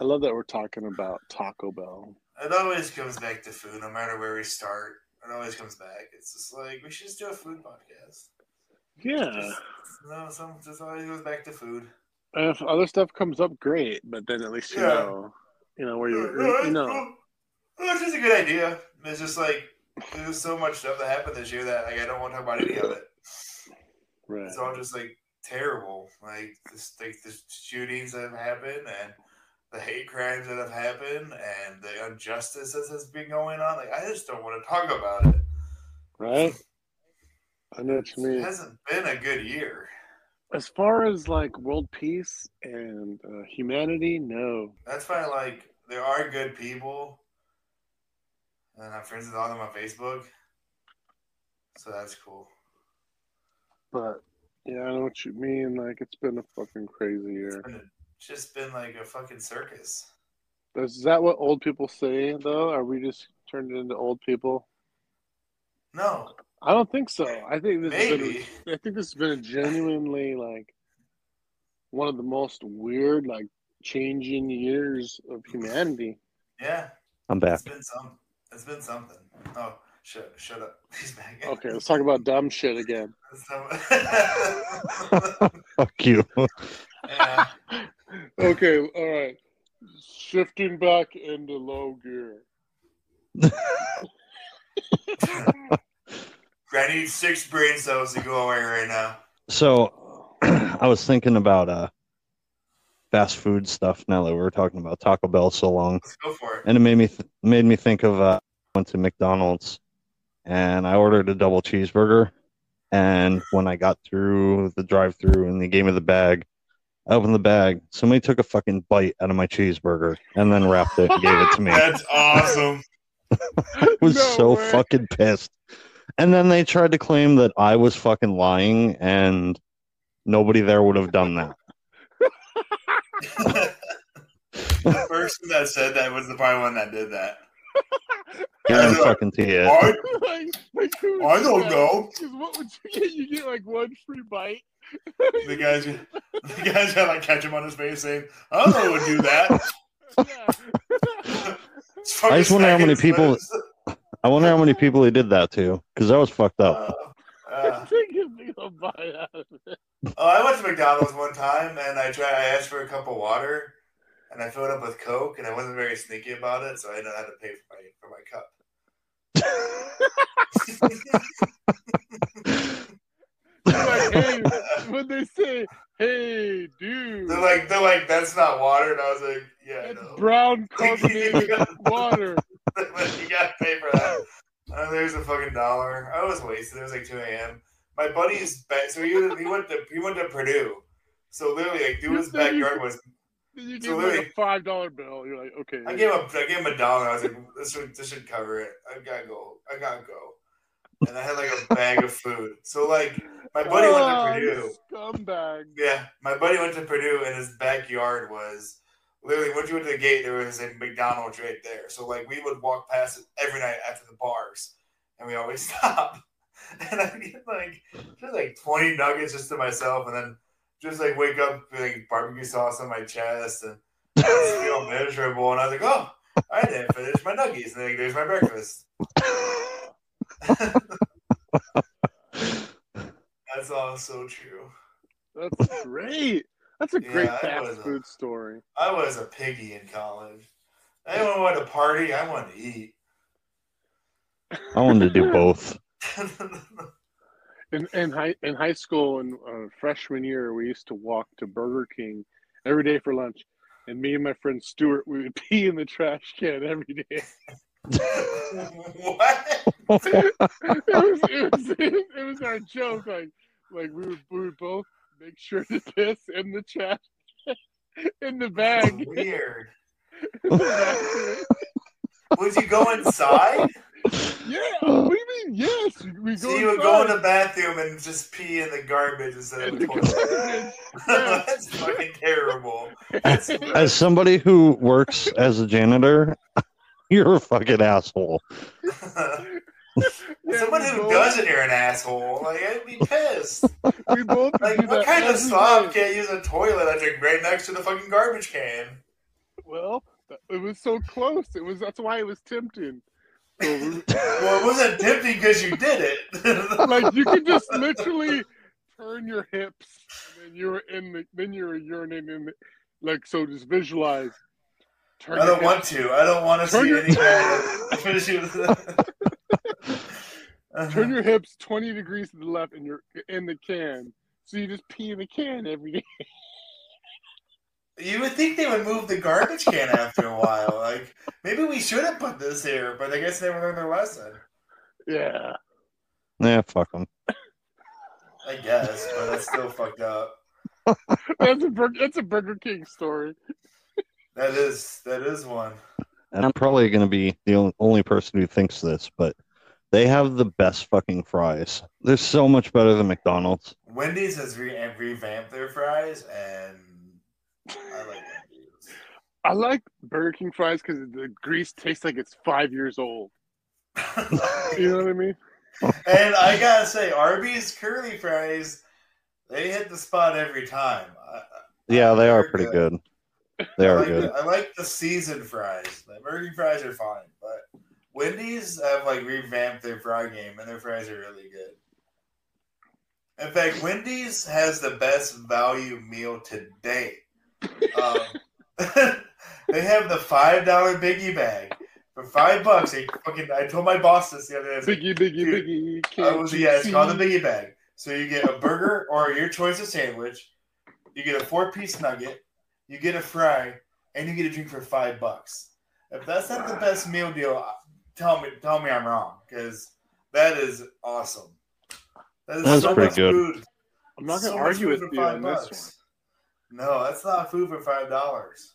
I love that we're talking about Taco Bell. It always comes back to food, no matter where we start. It always comes back. It's just like we should just do a food podcast. Yeah. No, some just always goes back to food. And if other stuff comes up, great. But then at least you Yeah. know, you know where you, No, you know. it's just a good idea. It's just like there's so much stuff that happened this year that like I don't want to talk about any of it. Right. It's all just like terrible. Like this, like the shootings that have happened and the hate crimes that have happened and the injustices that's been going on. Like I just don't want to talk about it. Right. I know what you It mean. hasn't been a good year. As far as like world peace and uh, humanity, no. That's why, like, there are good people, and I'm friends with all of them on Facebook, so that's cool. But yeah, I know what you mean. Like it's been a fucking crazy year. And it's just been like a fucking circus. Is that what old people say though? Are we just turned into old people? No, I don't think so. I think this has been maybe. <laughs> I think this has been a genuinely like one of the most weird, like changing years of humanity. Yeah, I'm it's back. <laughs> been some. It's been something. Oh, shut, shut up. <laughs> He's back. Okay, let's talk about dumb shit again. So- Fuck you. <laughs> yeah. Okay, all right. Shifting back into low gear. I need six brain cells to go away right now. So <clears throat> I was thinking about uh fast food stuff now that we were talking about Taco Bell so long. Let's go for it. And it made me th- made me think of uh went to McDonald's and I ordered a double cheeseburger and when I got through the drive through and they gave me the bag, I opened the bag, somebody took a fucking bite out of my cheeseburger and then wrapped it and gave it <laughs> to me. I <laughs> That's awesome. was No so way. fucking pissed. And then they tried to claim that I was fucking lying and nobody there would have done that. the person that said that was the probably one that did that. <laughs> Guarantee it. I, <laughs> like, like, who I don't said- know. 'cause what would you get? You get like one free <laughs> bite. The guys, the guys had like catch him on his face saying, "I don't know who would do that." Yeah. <laughs> It's fucking I just wonder how many smacking his I wonder how many people he did that to, because that was fucked up. lips. Uh, uh, Give me a bite out <laughs> of it. oh, I went to McDonald's one time and I tried. I asked for a cup of water, and I filled it up with Coke, and I wasn't very sneaky about it, so I didn't have to pay for my for my cup. <laughs> They're like, hey, <laughs> when they say, hey, dude, They're like, they're like, that's not water, and I was like, yeah, it's no. <laughs> brown carbonated water. Like, you gotta pay for that. Uh, there's a fucking dollar. I was wasted. It was like 2 a.m. My buddy's back. So he, was- he went to he went to Purdue. So literally, like, dude, his backyard was. Then you So give like literally- a five dollar bill. You're like, okay. I gave him I gave him a dollar. I was like, this should this should cover it. I gotta go. I gotta go. And I had like a bag of food. So like, my buddy Oh, went to Purdue. you Scumbag. Yeah, my buddy went to Purdue, and his backyard was literally once you went to the gate, there was a McDonald's right there. So like we would walk past it every night after the bars, and we always <laughs> stop. And I get like just like twenty nuggets just to myself, and then just like wake up with like barbecue sauce on my chest, and I just feel miserable. And I was like, oh, I didn't finish my nuggies, and like, there's my breakfast. That's all so true. That's great. That's a Yeah, great that fast was a- food story. I was a piggy in college. I didn't want to party. I wanted to eat. I wanted to <laughs> do both. In, in high in high school in uh, freshman year, we used to walk to Burger King <laughs> every day for lunch, and me and my friend Stuart we would pee in the trash can every day. <laughs> what? it, was, it, was, it was our joke. Like, like we would, we would both make sure to piss in the trash, <laughs> in the That's <laughs> bag. <laughs> weird. yeah. Would you go <laughs> inside? What do you mean? Yes, we go. so you would go in the bathroom and just pee in the garbage instead of the toilet. <laughs> <laughs> That's fucking terrible. That's <laughs> As somebody who works as a janitor, <laughs> you're a fucking asshole. Someone who doesn't, you're an asshole. Like, I'd be <laughs> pissed. We both <laughs> Like, do what that kind of every slob day. can't use a toilet? I drink right next to the fucking garbage can. Well, th- it was so close. It was that's why it was tempting. So we- Well, it wasn't tempting because you did it. <laughs> like you could just literally turn your hips, and then you're in the then you're urinating in the, like so. Just visualize. Turn I your don't want to. I don't want to Turn see your- any <laughs> kind of <laughs> issue. Turn your hips 20 degrees to the left and you're in the can. So you just pee in the can every day. <laughs> You would think they would move the garbage can after a while. Like maybe we should have put this here, but I guess they learned their lesson. Yeah. Yeah, fuck them. I guess, but that's still fucked up. That's a Burger, that's a Burger King story. That is that is one. And I'm probably going to be the on- only person who thinks this, but they have the best fucking fries. They're so much better than McDonald's. Wendy's has re- and revamped their fries, and I like Wendy's. I like Burger King fries because the grease tastes like it's five years old. You know what I mean? <laughs> and I gotta say, Arby's curly fries, they hit the spot every time. I, Yeah, they are pretty good. They I are like good. The, I like the seasoned fries. The American fries are fine, but Wendy's have like revamped their fry game, and their fries are really good. In fact, Wendy's has the best value meal today. Um, <laughs> they have the five dollar biggie bag for five bucks. I fucking I told my boss this the other day. I was like, Biggie, biggie, Dude, biggie. I can't was, you yeah, it's called the see? biggie bag. So you get a burger or your choice of sandwich, you get a four piece nugget, you get a fry, and you get a drink for five bucks. If that's not the best meal deal, tell me tell me I'm wrong because that is awesome. That is That's pretty much good. Food, I'm not going to so much argue food with for you five on this one. bucks. No, that's not food for five dollars.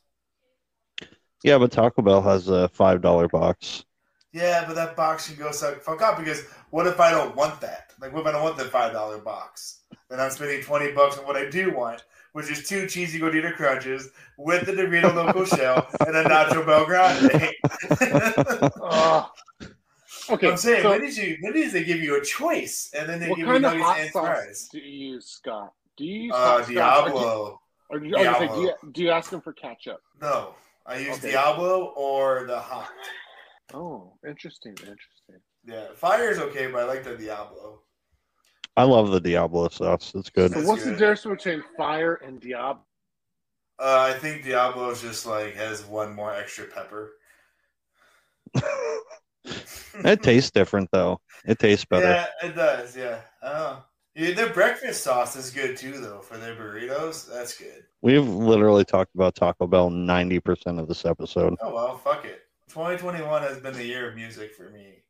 Yeah, but Taco Bell has a $5 box. Yeah, but that box can go suck fuck up because what if I don't want that? Like, what if I don't want that five dollar box? Then I'm spending twenty bucks on what I do want, which is two cheesy gordita crunches with the <laughs> Dorito local shell and a nacho bel grande. <laughs> Ah. okay. I'm saying, so when did you? When did they give you a choice and then they what give you kind of nuggets hot and sauce fries? do you use, Scott? Do you use Uh, hot sauce, or do- Diablo. Or do you, I was gonna say, do, Diablo. you, do you ask them for ketchup? No, I use Okay. Diablo or the hot. Oh, interesting, interesting. Yeah, fire is okay, but I like the Diablo. I love the Diablo sauce. It's good. So <laughs> That's what's the good. difference between fire and Diablo? Uh, I think Diablo is just like has one more extra pepper. <laughs> It tastes different, though. It tastes better. <laughs> Yeah, it does. Yeah. Oh. Yeah, their breakfast sauce is good too, though. For their burritos, that's good. We've literally talked about Taco Bell 90% of this episode. Oh well, fuck it. 2021 has been the year of music for me.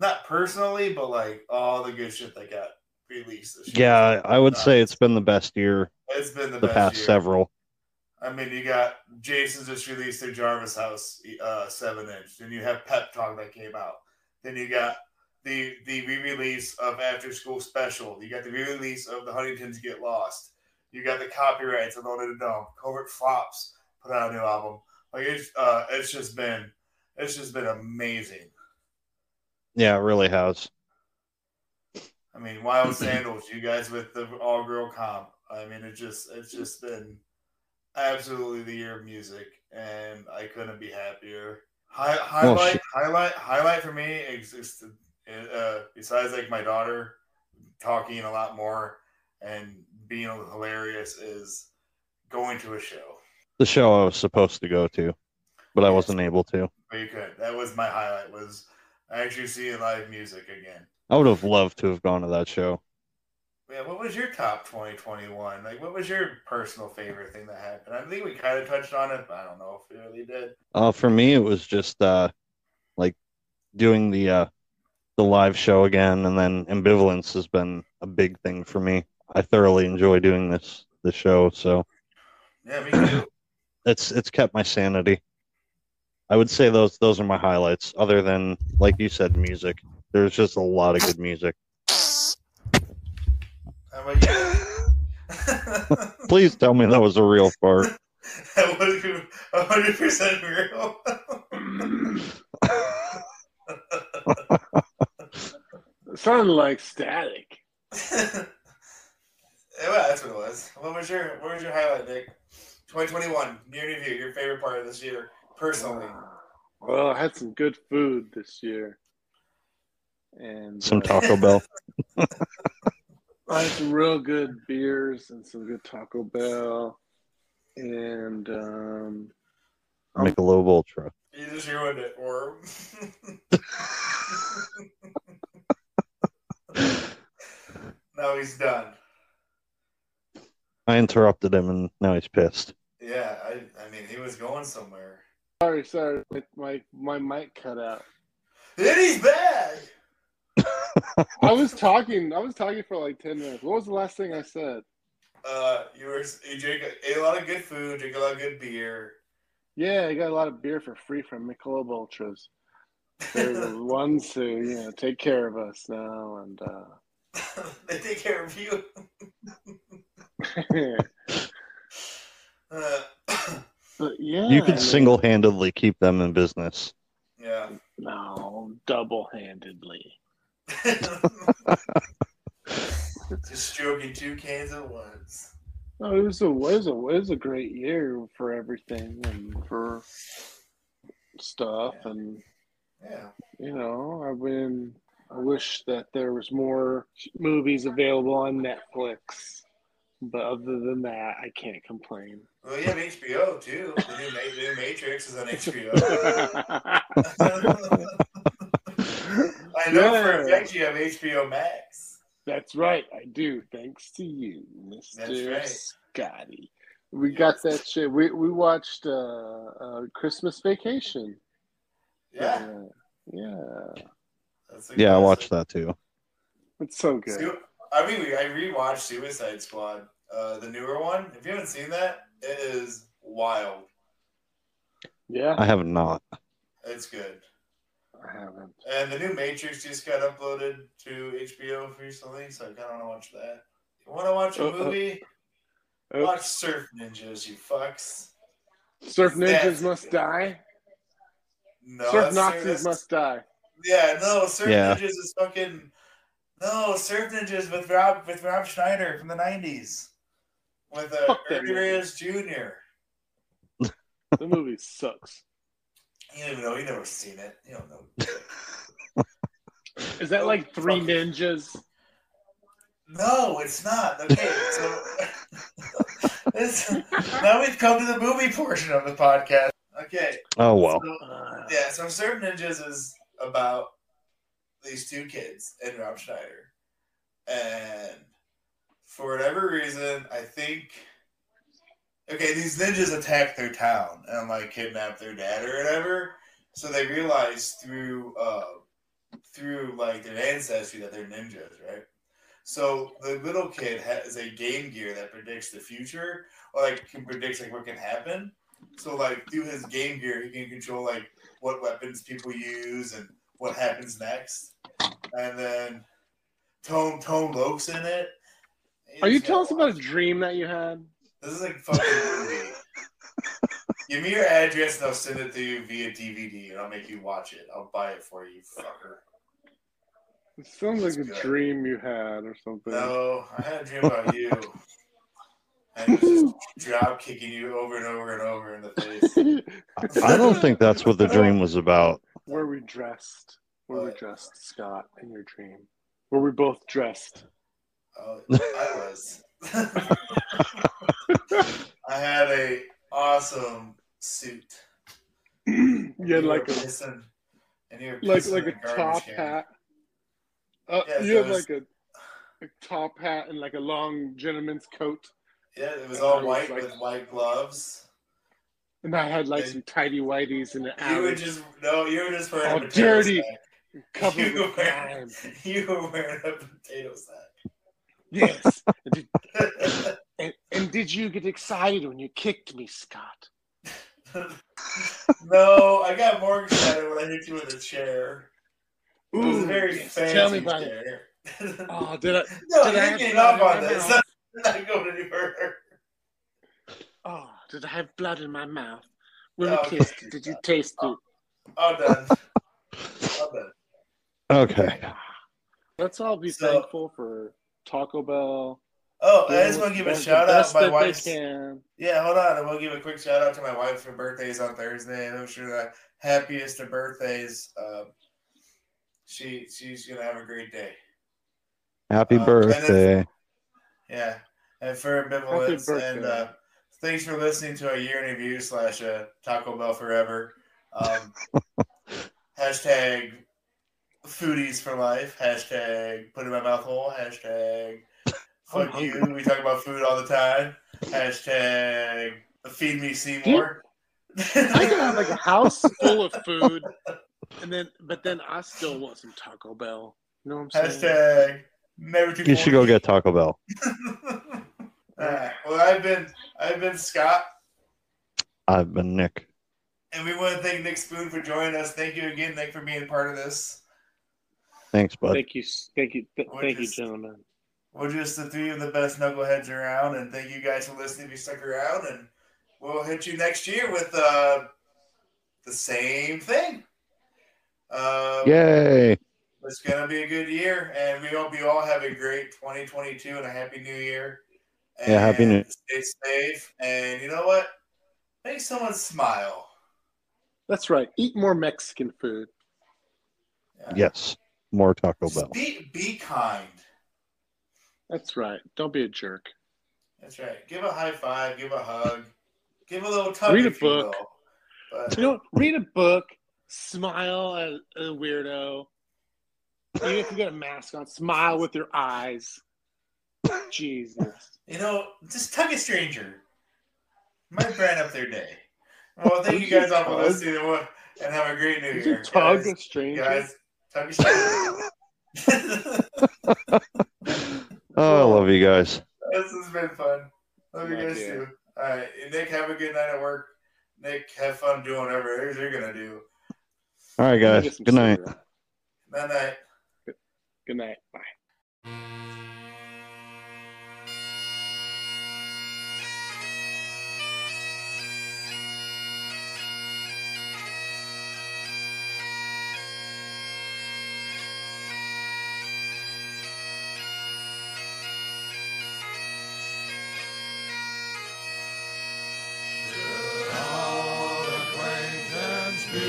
Not personally, but like all the good shit that got released this year. Yeah, I would say it's been the best year, it's been the, Uh, the best past year. several. I mean, you got Jason's just released their Jarvis House uh, seven inch. Then you have Pep Talk that came out. Then you got the the re release of After School Special. You got the re release of The Huntingtons Get Lost. You got the copyrights of Under the Dome. Covert Flops put out a new album. Like it's uh, it's just been it's just been amazing. Yeah, it really has. I mean, Wild Sandals, you guys with the all girl comp. I mean, it just it's just been absolutely the year of music, and I couldn't be happier. Hi- highlight, shit. highlight, highlight for me existed. Uh, besides, like my daughter talking a lot more and being hilarious is going to a show. The show I was supposed to go to, but I Yes. wasn't able to. But you could. That was my highlight. Was actually seeing live music again. I would have loved to have gone to that show. Yeah, what was your top 2021? Like, what was your personal favorite thing that happened? I think we kind of touched on it, but I don't know if we really did. Uh, for me, it was just uh, like doing the uh, the live show again, and then ambivalence has been a big thing for me. I thoroughly enjoy doing this this show, so Yeah, me too. it's it's kept my sanity. I would say those those are my highlights. Other than like you said, music. There's just a lot of good music. How about you? Please tell me that was a real fart. That was 100% real. <laughs> It sounded like static. yeah, well, that's what it was. What was your What was your highlight, Nick? 2021, new review, your favorite part of this year, personally. Ah, Well, I had some good food this year, and Some uh, Taco Bell. I had some real good beers and some good Taco Bell, and um, Michelob Ultra. <laughs> You just ruined it, Worm. <laughs> now he's done. I interrupted him, and now he's pissed. Yeah, I, I mean, he was going somewhere. sorry, sorry, my my, my mic cut out. Then he's back! I was talking. I was talking for like ten minutes. What was the last thing I said? Uh, you were you drink ate a lot of good food, drink a lot of good beer. Yeah, I got a lot of beer for free from Michelob Ultras. They're the ones who you know take care of us now, and <laughs> they take care of you. uh, Uh, <laughs> <coughs> but yeah, I You mean, could single handedly keep them in business. yeah. No, double-handedly. Just stroking two cans at once. No, Oh, it was a it was a it was a great year for everything and for stuff and Yeah. you know I mean I wish that there was more movies available on Netflix, but other than that I can't complain. <laughs> Well, you have HBO too. The new, Ma- the new Matrix is on HBO. <laughs> I know for a fact you have HBO Max. That's right, I do. Thanks to you, Mister right. Scotty. We got that shit. We we watched uh, uh Christmas Vacation. Uh, Yeah. yeah. That's a Yeah, I classic. watched that too. It's so good. Su- I mean, I rewatched Suicide Squad, uh, the newer one. If you haven't seen that, it is wild. Yeah, I have not. It's good. I haven't. And the new Matrix just got uploaded to HBO recently, so I kind of want to watch that. You want to watch Uh, a uh, movie? uh. watch Surf Ninjas, you fucks. Surf ninjas That's- must die. No, Surf that's- Nazis that's- must die. Yeah, no, Surf Yeah. Ninjas is fucking. No, Surf Ninjas with Rob with Rob Schneider from the '90s, with uh, Fuck that Ernie movie. Reyes Jr. The movie sucks. You don't even know. You never seen it. You don't know. Is that like three ninjas? No, it's not. Okay, so <laughs> It's- now we've come to the movie portion of the podcast. Okay, Oh well. so- Uh, yeah. So Surf Ninjas is about these two kids and Rob Schneider, and for whatever reason, I think. Okay, these ninjas attack their town and like kidnap their dad or whatever. So they realize through uh, through like their ancestry that they're ninjas, right? So the little kid has a game gear that predicts the future, or like can predict like what can happen. So like through his game gear, he can control like what weapons people use and what happens next. And then Tone Tone Loke's in it. Are you He's telling us got- about a dream that you had? This is like fucking <laughs> movie. Give me your address and I'll send it to you via DVD and I'll make you watch it. I'll buy it for you, fucker. It sounds like That's a good. dream you had or something. <laughs> No, I had a dream about you. And it was just drop kicking you over and over and over in the face. I don't think that's what the dream was about. Were we dressed? Were we What? dressed, Scott, in your dream? Were we both dressed? <clears throat> Oh, I was. <laughs> I had a awesome suit. you had You were like a pissing- and you were like pissing like in a garbage top can. hat. Uh, Yeah, you so have it's- like a, a top hat and like a long gentleman's coat, Yeah, it was And all it was white like- with white gloves. and I had like And- some tidy whities and an You were alley. just no, you were just wearing All a potato dirty. sack. <laughs> covered You with grime. You were wearing a potato sack. <laughs> Yes. and, did, and, and did you get excited when you kicked me, Scott? no, I got more excited when I hit you with a chair. It was a Ooh, very yes. fancy Tell me about it. chair. <laughs> Oh, did I? no, did I you're have getting blood off in on my this. <laughs> mouth? That's not going anywhere. Oh, did I have blood in my mouth? When we Oh, kissed, did you taste it? All done. All done. Okay. Let's all be So- thankful for Taco Bell. Oh, I doing just want to give a the shout out best my that they wife's. can. Yeah, hold on. I will give a quick shout out to my wife. Her birthday is on Thursday. and I'm sure the happiest of birthdays. Um, she she's gonna have a great day. Happy Uh, birthday. Yeah, and for ambivalence birthday. and uh, thanks for listening to our year in review slash uh, Taco Bell forever. <laughs> Um, hashtag foodies for life. Hashtag put in my mouth hole. <laughs> Hashtag I'm fuck you. We talk about food all the time. Hashtag feed me <laughs> Seymour. I could have like a house full of food, and then but then I still want some Taco Bell. You know what I'm saying? hashtag never too. You should go corny. get Taco Bell. <laughs> all right. Well, I've been I've been Scott. I've been Nick. And we want to thank Nick Spoon for joining us. Thank you again, Nick, for being part of this. Thanks, bud. Thank you, thank you, th- We're thank you, just- gentlemen. We're just the three of the best knuckleheads around, and thank you guys for listening. If you stuck around, and we'll hit you next year with uh, the same thing. Uh, Yay. It's gonna be a good year, and we hope you all have a great 2022 and a happy new year. And Yeah, happy new- Stay safe, and you know what? Make someone smile. That's right. Eat more Mexican food. Yes. More Taco <laughs> Just Bell. be be kind. That's right. Don't be a jerk. That's right. Give a high five. Give a hug. Give a little tug. Read a if you book. will. But You know, read a book, smile at a weirdo. Even if you got a mask on, smile with your eyes. Jesus. you know, just tug a stranger. Might brighten up their day. Well, thank you guys all for listening, and we'll- and have a great new Did year, you tug guys. a stranger? guys tug a stranger. <laughs> Oh, I love you guys. this has been fun. Love you Love guys you. too. All right, and Nick, have a good night at work. Nick, have fun doing whatever it is you're gonna do. All right, Let me guys. get some Good night. cereal. Night night. Good night. Bye. All acquaintance be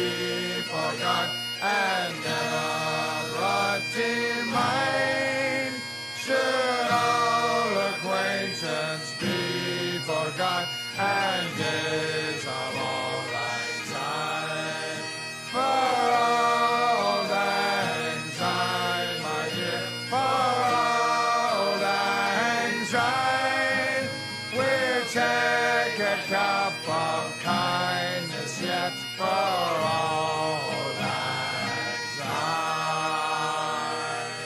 forgot and never brought to mind. Should all acquaintance be forgot and days of all time. For old anxiety, my dear, for old anxiety, we'll take a cup of kindness yet for old anxiety.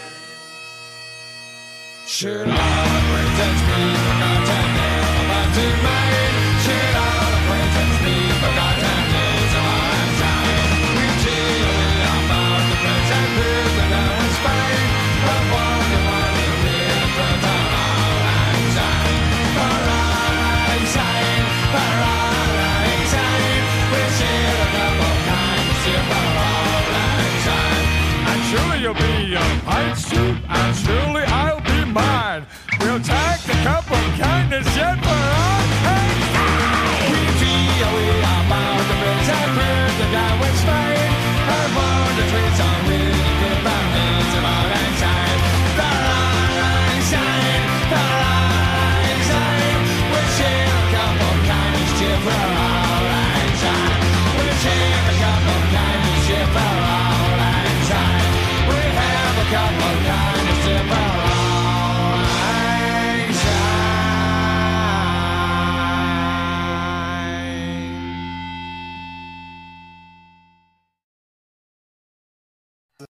Should all acquaintance be forgot and never but to made? Should all acquaintance be forgot and days of our time? We cheerily about the prince and peers and now it's fine. But one and one is real friends of all anxiety. For all anxiety, for all anxiety, we share a cup of kindness here for all anxiety. And surely you'll be your pint soup, and surely I'll be mine. We'll take the cup of kindness yet for